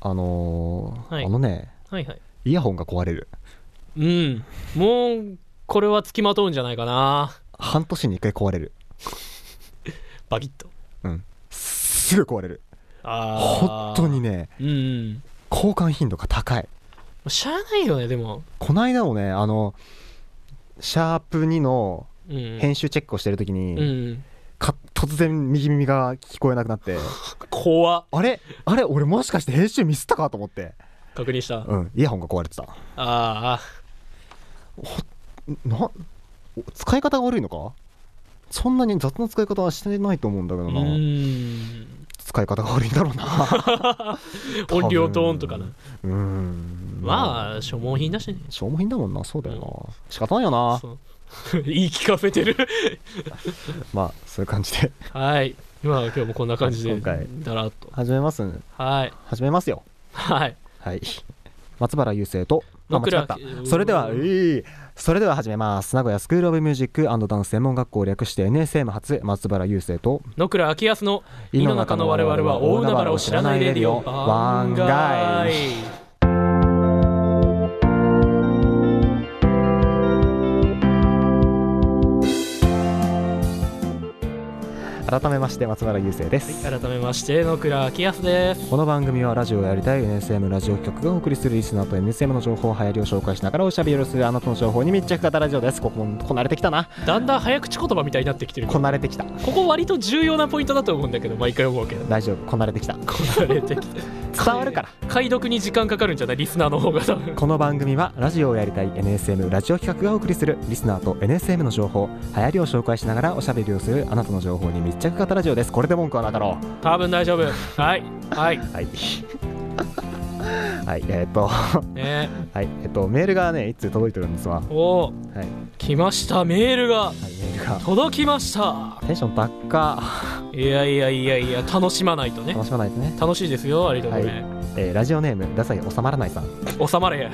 あのーはいあのねはいはいイヤホンが壊れるうんもうこれはつきまとうんじゃないかな半年に1回壊れるバキッとすぐ壊れるあ本あ当にねうんうんも交換頻度が高いうしゃあないよねでもこの間もねあのシャープ2のうん編集チェックをしてる時に、うんか突然右耳が聞こえなくな って怖っあれあれ俺もしかして編集ミスったかと思って確認したあうんイヤホンが壊れてたあなお使い方が悪いのかそんなに雑な使い方はしてないと思うんだけうどな、ん使い方が悪いんだろう な音量と音とかなうんまああ消耗品だしね消耗品だもんなそうだよな、仕方ないよなそう 言い聞かせてるまあそういう感じではいまあ今日もこんな感じで今回だらっと 始めますはい始めますよはいはい松原雄生とあ野倉間違ったそれではういんいそれでは始めます名古屋スクール・オブ・ミュージックダンス専門学校略して NSM 初松原雄生と野倉昭康の井の中の我々は大海原を知らないレディオ番外改めまして松原雄生です、改めまして野倉昭康ですこの番組はラジオをやりたい NSM ラジオ局がお送りするリスナーと NSM の情報流行りを紹介しながらおしゃべりをするあなたの情報に密着型ラジオですここもこなれてきたなだんだん早口言葉みたいになってきてるここなれてきたこ割と重要なポイントだと思うんだけど毎回思うけど大丈夫こなれてきたこれ的伝わるから解読に時間かかるんじゃないリスナーの方が多分この番組はラジオをやりたい NSM ラジオ企画がお送りするリスナーと NSM の情報流行りを紹介しながらおしゃべりをするあなたの情報に密着型ラジオですこれで文句はなかろ多分大丈夫はいはいうはいはいえーっとはねいえっとメールがねいつ届いてるんですわはい、おおはい、来ましたメールがメールが届きましたテンション高いやいやいやいや楽しまないとね楽しまないですね、楽しいですよありがとうね、えーラジオネームダサい収まらない さんもう収まれ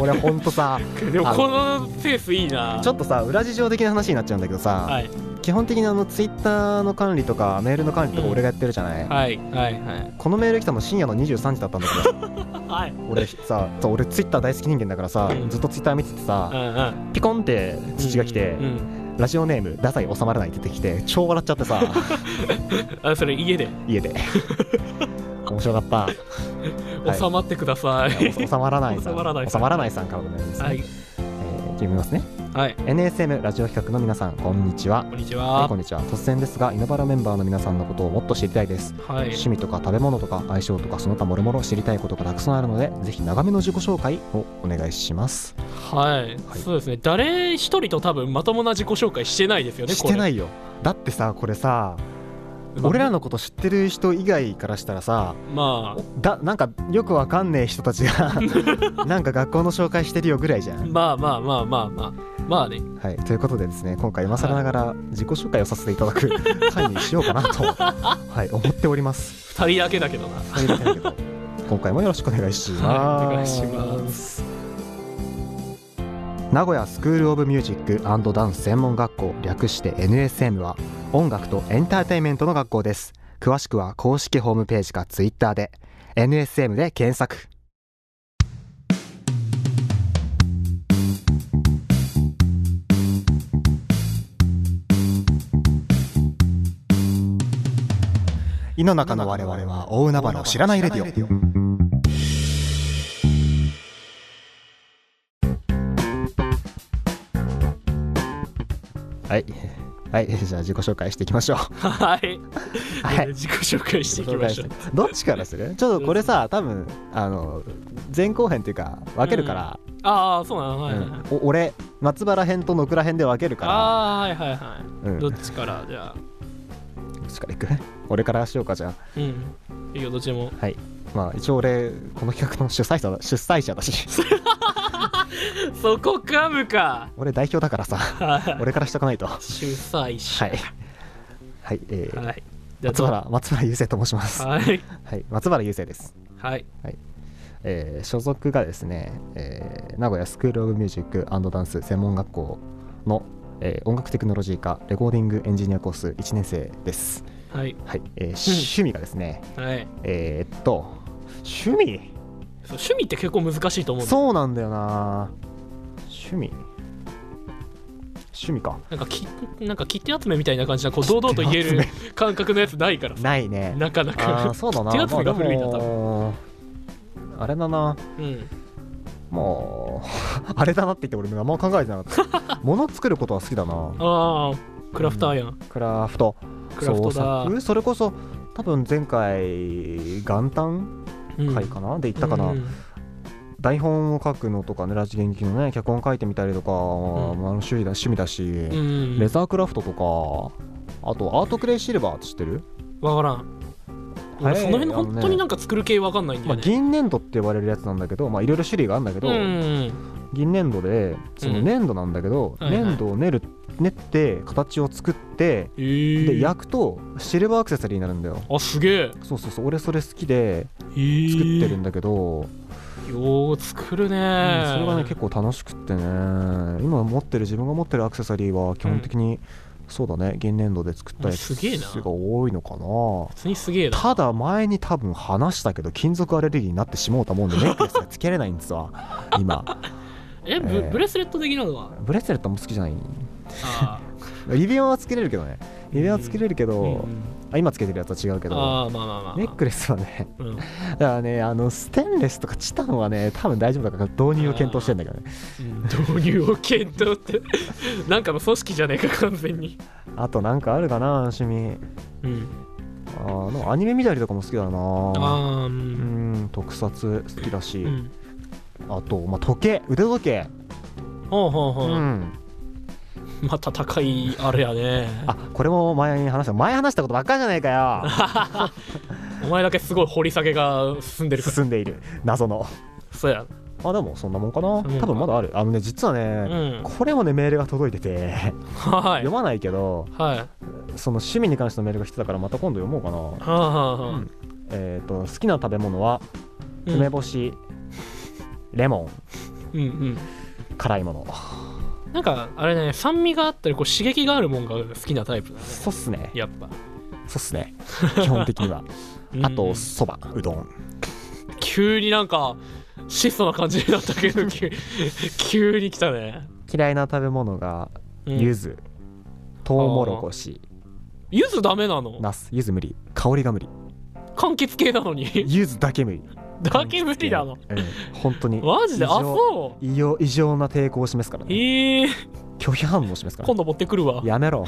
俺ほんとさでもこのペースいいなちょっっとさ裏事情的な話になっちゃうんだけどさ、はい基本的にあのツイッターの管理とかメールの管理とかうん俺がやってるじゃない、はいはいはいこのメール来たの深夜の23時だったんだけどはい 俺さそう俺ツイッター大好き人間だからさうんずっとツイッター見ててうさんうんピコンって父が来てうんうんラジオネームダサい収まらないって出てきて超笑っちゃって さあそれ家で家で面白かったはい収まってください、お収まらないさ収まらないんさん収まらないさんからのメールですね、はい、えー読みますねはい、 NSM ラジオ企画の皆さんこんにちはこんにちはいはこ。んにちは突然ですがイノバラメンバーの皆さんのことをもっと知りたいですはい、趣味とか食べ物とか相性とかその他もろもろ知りたいことがたくさんあるのでぜひ長めの自己紹介をお願いしますはい、はいそうですね。誰一人と多分まともな自己紹介してないですよね。。してないいよだってさこれさまあ俺らのこと知ってる人以外からしたらさまだなんかよくわかんねえ人たち がなんか学校の紹介してるよぐらいじゃあ、ん、まあまあまあまあまあ、まあね。はい、ということでですね今回今更ながら自己紹介をさせていただ く回にしようかなと、はい、思っております二人だけだけどな。 というわけだけど今回もよろしくお願いします、はいお願いします名古屋スクール・オブ・ミュージックダンス専門学校略して NSM は音楽とエンターテインメントの学校です詳しくは公式ホームページか Twitter で NSM で検索井の中の我々は大海原を知らないレディオはいはい じゃあ自己紹介していきましょうはい。はい 自己紹介していきましょう。 どっちからするちょっとこれさ多分あの前後編っていうか分けるから、ああ、そうなの。うはいはいはい。んお俺松原編と野倉編で分けるかああ、はいはいはら、うん、い。どどっっちからじゃあ。ちからいく俺からしようかじゃあうん。いいよ、どっちで も。はいまあ一応俺この企画の主催者だ主催者だし そこかむか。俺代表だからさはい俺からしとかないと は主催者。いはいえーはい。じゃあ松原松原雄生と申します、はい。はい、松原雄生です、はい。えー所属がですね、えー名古屋スクール・オブ・ミュージックダンス専門学校の、えー音楽テクノロジー科レコーディングエンジニアコース1年生ですはい。はい、えー趣味がですね、はい。えーっと、趣味そう趣味って結構難しいと思うんだよそうなんだよな趣味趣味かなんかきなんか切手集めみたいな感じなこう堂々と言える感覚のやつないからさないねなかなあーかそうだな 手集めまがあで古いな多もあれだなうんもう あれだなって言って俺何も考えてなか った物作ることは好きだなああクラフターやんクラフトクラフトだ創作それこそ多分前回元旦うん会かな、で行ったかな、うん台本を書くのとかねラジ劇のね脚本書いてみたりとか、んまあ、趣味だ趣味だし、うんレザークラフトとかあとアートクレイシルバーって知ってる、わからんは俺いその辺あのね本当になんか作る系わかんないんだまよあ、ね、銀粘土って呼ばれるやつなんだけどまあいろいろ種類があるんだけど、うん銀粘土でそのうん粘土なんだけど、はいはい粘土を練る練って形を作ってえー、で焼くとシルバーアクセサリーになるんだよあすげえそうそうそう俺それ好きでえー作ってるんだけど、よう作るね、うんそれがね結構楽しくってね今持ってる自分が持ってるアクセサリーは基本的に、そうだね銀粘土で作ったやつすげえなが多いのかな普通にすげえなただ前に多分話したけど金属アレルギーになってしもうたもんでネックレスがつけれないんですわ今えブ,、えーブレスレット的なのはブレスレットも好きじゃないあ指輪はつけれるけどね指輪はつけれるけー、ど、うん、あ今つけてるやつは違うけどあーまあまあまあ、まあ、ネックレスはね うんだからねあのステンレスとかチタンはね多分大丈夫だから導入を検討してんだけどね導入を検討って なんかの組織じゃねえか完全にあとなんかあるかな趣味うんあーでもアニメ見たりとかも好きだなあーううんん特撮好きだし、うんあと、まあ、時計腕時計ほうほううほう、んまた高いあれやねあこれも前に話した前話したことばっかりじゃないか よお前だけすごい掘り下げが進んでるから進んでいる謎のそうやあでもそんなもんかなそんなもんか多分まだあるあのね実はうね、んこれもねメールが届いててはい読まないけどはいはその趣味に関してのメールが来てたからまた今度読もうかあはな、あはえっ、と好きな食べ物はあ梅干し、レモうんうんン辛いものうんなんかあれね酸味があったりこう刺激があるもんが好きなタイプだねそうっすねやっぱそうっすね基本的にはあ うんうとんそばうどん急になんか質素な感じになったけど急 急に来たね、嫌いな食べ物がうん、柚子、トウモロコシゆずダメなのナス柚子無理香りが無理柑橘系なのに柚子だけ無理だけ無理なのうん本当にマジで異あ常そ異様異常な抵抗を示すからうねええ拒否反応を示すから今度持ってくるわ やめ ろ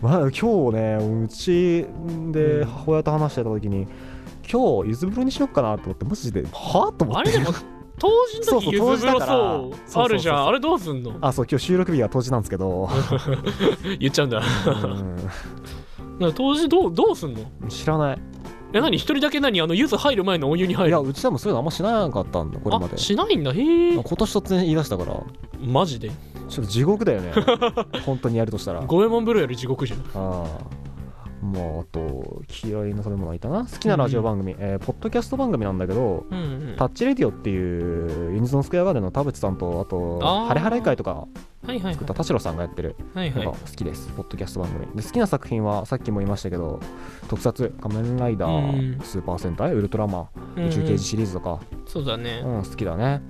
まあ今日ねうちうでん母親と話してた時に今日柚子風呂にしよっかなと思ってマジではあと思あっれでても当時そのうそう時ゆず当風時だ呂からそうあるそうそうそじゃうんあれどうすんの あそう今日収録日が当時なんですけど言っ ちゃうんだうなんか当時どうどうすんのん知らないえ何一人だけ何あのゆず入る前のお湯に入いるやうちでもそういうのあんましなかったんだこれまであしないんだへえ今年突然言い出したからちょマジでっと地獄だ よね本当にやるとしたら五右衛門風呂より地獄じゃんああまああと嫌いな食べ物はいたな好きなラジオ番組、えーポッドキャスト番組なんだけどうんうんタッチレディオっていうユニゾンスクエアガーデンの田淵さんとあとあーハレハレ会とかはいはい作った田代さんがやってるはいはいのが好きです、ポッドキャスト番組で好きな作品はさっきも言いましたけど特撮「仮面ライダー」うんスーパー戦隊」「ウルトラマン」うんうん宇宙刑事シリーズ」とか、そうだねうん、好きだね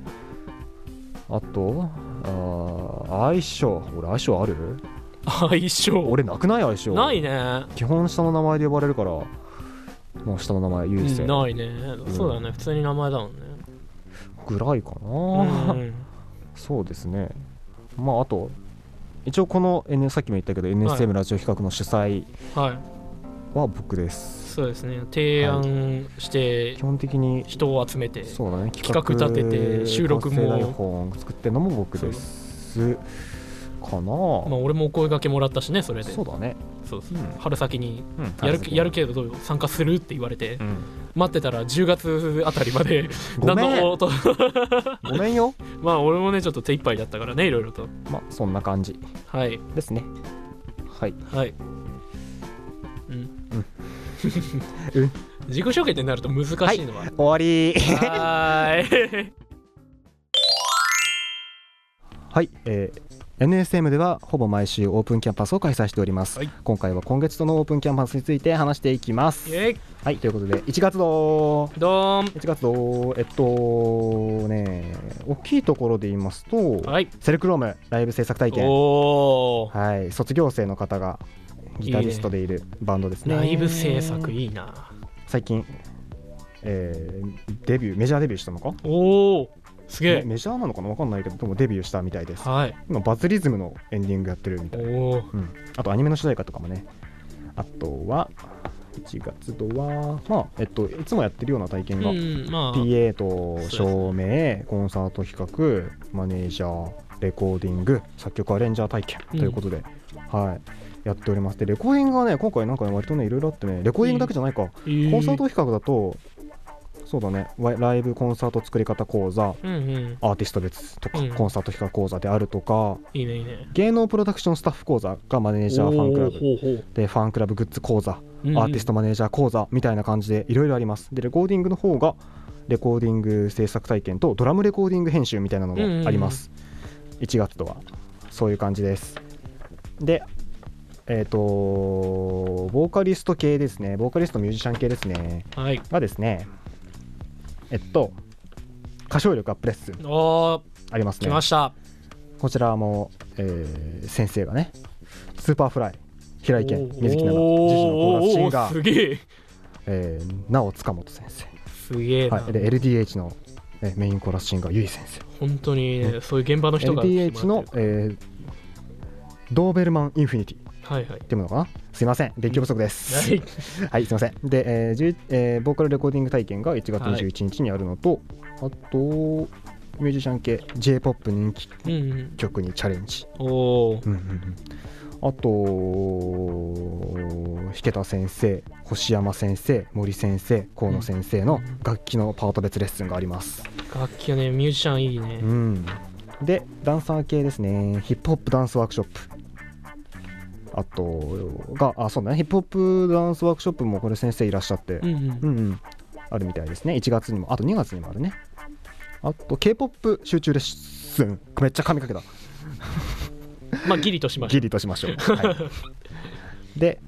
あとあー相性俺相性ある相性俺なくない相性ないね基本下の名前で呼ばれるからもう下の名前う唯一んでないねんそうだね普通に名前だもんねぐらいかうな、んうんそうですねまああと一応この N さっきも言ったけど NSM ラジオ企画の主催はいは僕です、そうですね提案して基本的に人を集めてそうだね企画立てて収録も構成台本作ってるのも僕ですかな、まあ俺もお声掛けもらったしねそれでそうだね、そうそううん春先にうんやるやるけどどう参加するって言われてうん待ってたら10月あたりまでごめ何のん音 ごめんよまあ俺もねちょっと手一杯だったからねいろいろとまあそんな感じはいですねはいはいうんうんうん 自己紹介ってなると難しいのは、終わり はーい。はいえー NSM ではほぼ毎週オープンキャンパスを開催しております、はい今回は今月度のオープンキャンパスについて話していきますイエイはいということで1月度どー1月度えっとね大きいところで言いますと、んはいセルクロームライブ制作体験おお、はい卒業生の方がギタリストでいるバンドですねライブ制作いいな最近、えーデビューメジャーデビューしたのかおおすげメえ、メジャーなのかなわかんないけどでもデビューしたみたいですはい今バズリズムのエンディングやってるみたいな、おおうん、あとアニメの主題歌とかもねあとは1月度はまあえっといつもやってるような体験うが、んまあ PA とそ照明コンサート企画マネージャーレコーディング作曲アレンジャー体験ということで、はいやっておりますでレコーディングはね今回なんかね割とねいろいろあってねレコーディングだけじゃないか、えーコンサート企画だとそうだねワイライブコンサート作り方講座うんうんアーティスト別とか、うんコンサート企画講座であるとかいいねいいね芸能プロダクションスタッフ講座がマネージャーファンクラおブーほうほうでファンクラブグッズ講座うんうんアーティストマネージャー講座みたいな感じでいろいろありますでレコーディングの方がレコーディング制作体験とドラムレコーディング編集みたいなのもあります、1月とはそういう感じですでえっ、とボーカリスト系ですねボーカリストミュージシャン系ですねはいがですねえっと歌唱力アップレッスンおおあります来ねましたこちらも、えー先生がねスーパーフライ平井堅水木奈々おージジのコーラスシンおーガーすげええー、なお塚本先生すげえな、はい、で LDH の、えーメインコーラスシンガーゆい先生本当に、ねうそういう現場の人が来て LDH ものらって、えードーベルマンインフィニティっるはいはいていうのかなすいません勉強不足です、はいはいすいませんで、えーじゅうえーボーカルレコーディング体験が1月はい21日にあるのと、あとミュージシャン系 j p o p 人気うんうん曲にチャレンジ、おおうんうんうんあと引田先生星山先生森先生河野先生の楽器のパート別レッスンがあります楽器はねミュージシャンいいねうん、でダンサー系ですねヒップホップダンスワークショップあとがあそうだねヒップホップダンスワークショップもこれ先生いらっしゃって、うんううんんうんあるみたいですね1月にもあと2月にもあるねあと k p o p 集中レッスンめっちゃ髪かけたまあギリとしましギリとしま しょう、はい、で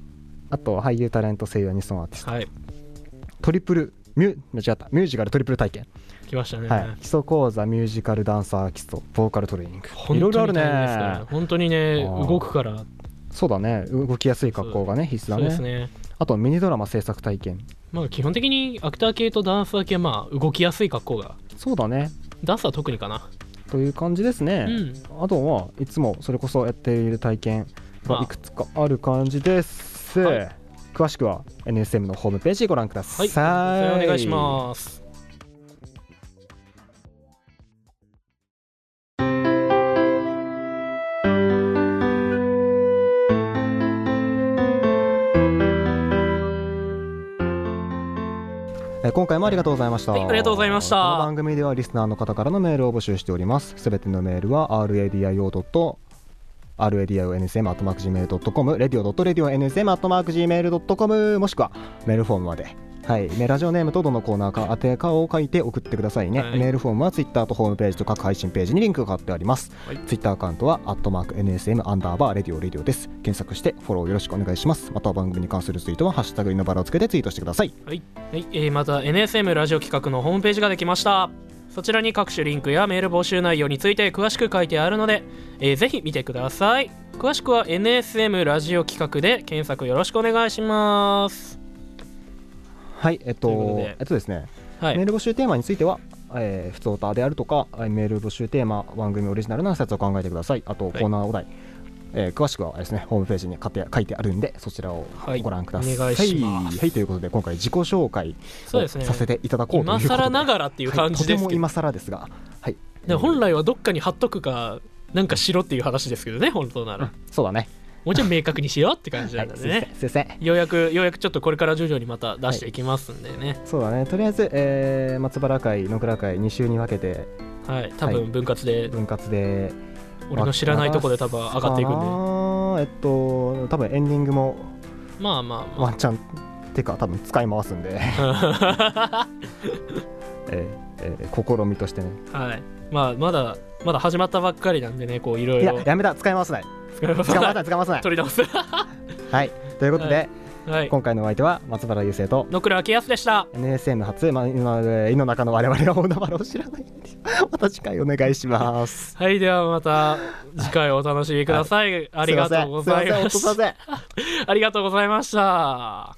あと俳優タレント声優アニソンアーティストたはいトリプルミュ間違ったミュージカルトリプル体験来ましたね、はい、基礎講座ミュージカルダンサー基礎ボーカルトレーニング本いろ当いろあるに大変ですからね本当にねあー動くからそうだね動きやすい格好がね必須だそうねですねあとミニドラマ制作体験まあ基本的にアクター系とダンサー系はまあ動きやすい格好がそうだねダンスは特にかな、という感じですね、うんあとはいつもそれこそやっている体験まがあいくつかある感じです、はい詳しくは NSM のホームページご覧くださはいいそれお願いしますえー今回もありがとうございました、はいありがとうございましたこの番組ではリスナーの方からのメールを募集しておりますすべてのメールは radio. radio.nsm.gmail.com radio.radio.nsm.gmail.com もしくはメールフォームまではい、メラジオネームとどのコーナーか当てかを書いて送ってくださいね、はいメールフォームはツイッターとホームページと各配信ページにリンクが貼ってあります、はいツイッターアカウントは「#NSM アンダーバーレディオレディオ」です検索してフォローよろしくお願いしますまたは番組に関するツイートは「ハッシュタグイノバラ」をつけてツイートしてくださいはい、はいえーまた NSM ラジオ企画のホームページができましたそちらに各種リンクやメール募集内容について詳しく書いてあるので、えーぜひ見てください詳しくは NSM ラジオ企画で検索よろしくお願いしますはい、えっとということでえっとですね、はいメール募集テーマについては、えー、普通オタであるとか、えーメール募集テーマ、番組オリジナルの説を考えてください。あと、いコーナーお題、えー詳しくはですね、ホームページに書いて書いてあるんで、そちらをはいご覧ください。お願いしますはい、ということで、今回自己紹介そうをですねさせていただこうというこ今とで、更ながらっていう感じではいとてすけもど、今更ですが、はい。で本来はどっかに貼っとくかなんかしろっていう話ですけどね本当なら、そうだね。もうちろん明確にしようって感じなはんいだ、すいね、ません、すいません。ようやくようやくちょっとこれから徐々にまた出していきますんでねそうだね、とりあえず、えー松原会、野倉会、2週に分けて、はい、多分分割で分割で俺の知らないとこで多分上がっていくかんで、なえっと多分エンディングもまあまあまワンチャンってか多分使い回すんで、あえーえー試みとしてね はいまあまだまだ始まったばっかりなんでねこういろいいや ろやめた使い回さない使います使い回さない使い回さない取り直すはいということで、は はい今回のお相手は松原優生と野倉明康でした NSM 初、まあ、今まで井の中の我々は大海原を知らない んでまた次回お願いしますはいではまた次回お楽しみください、ありがとうございま せんすいません落とさすせんありがとうございました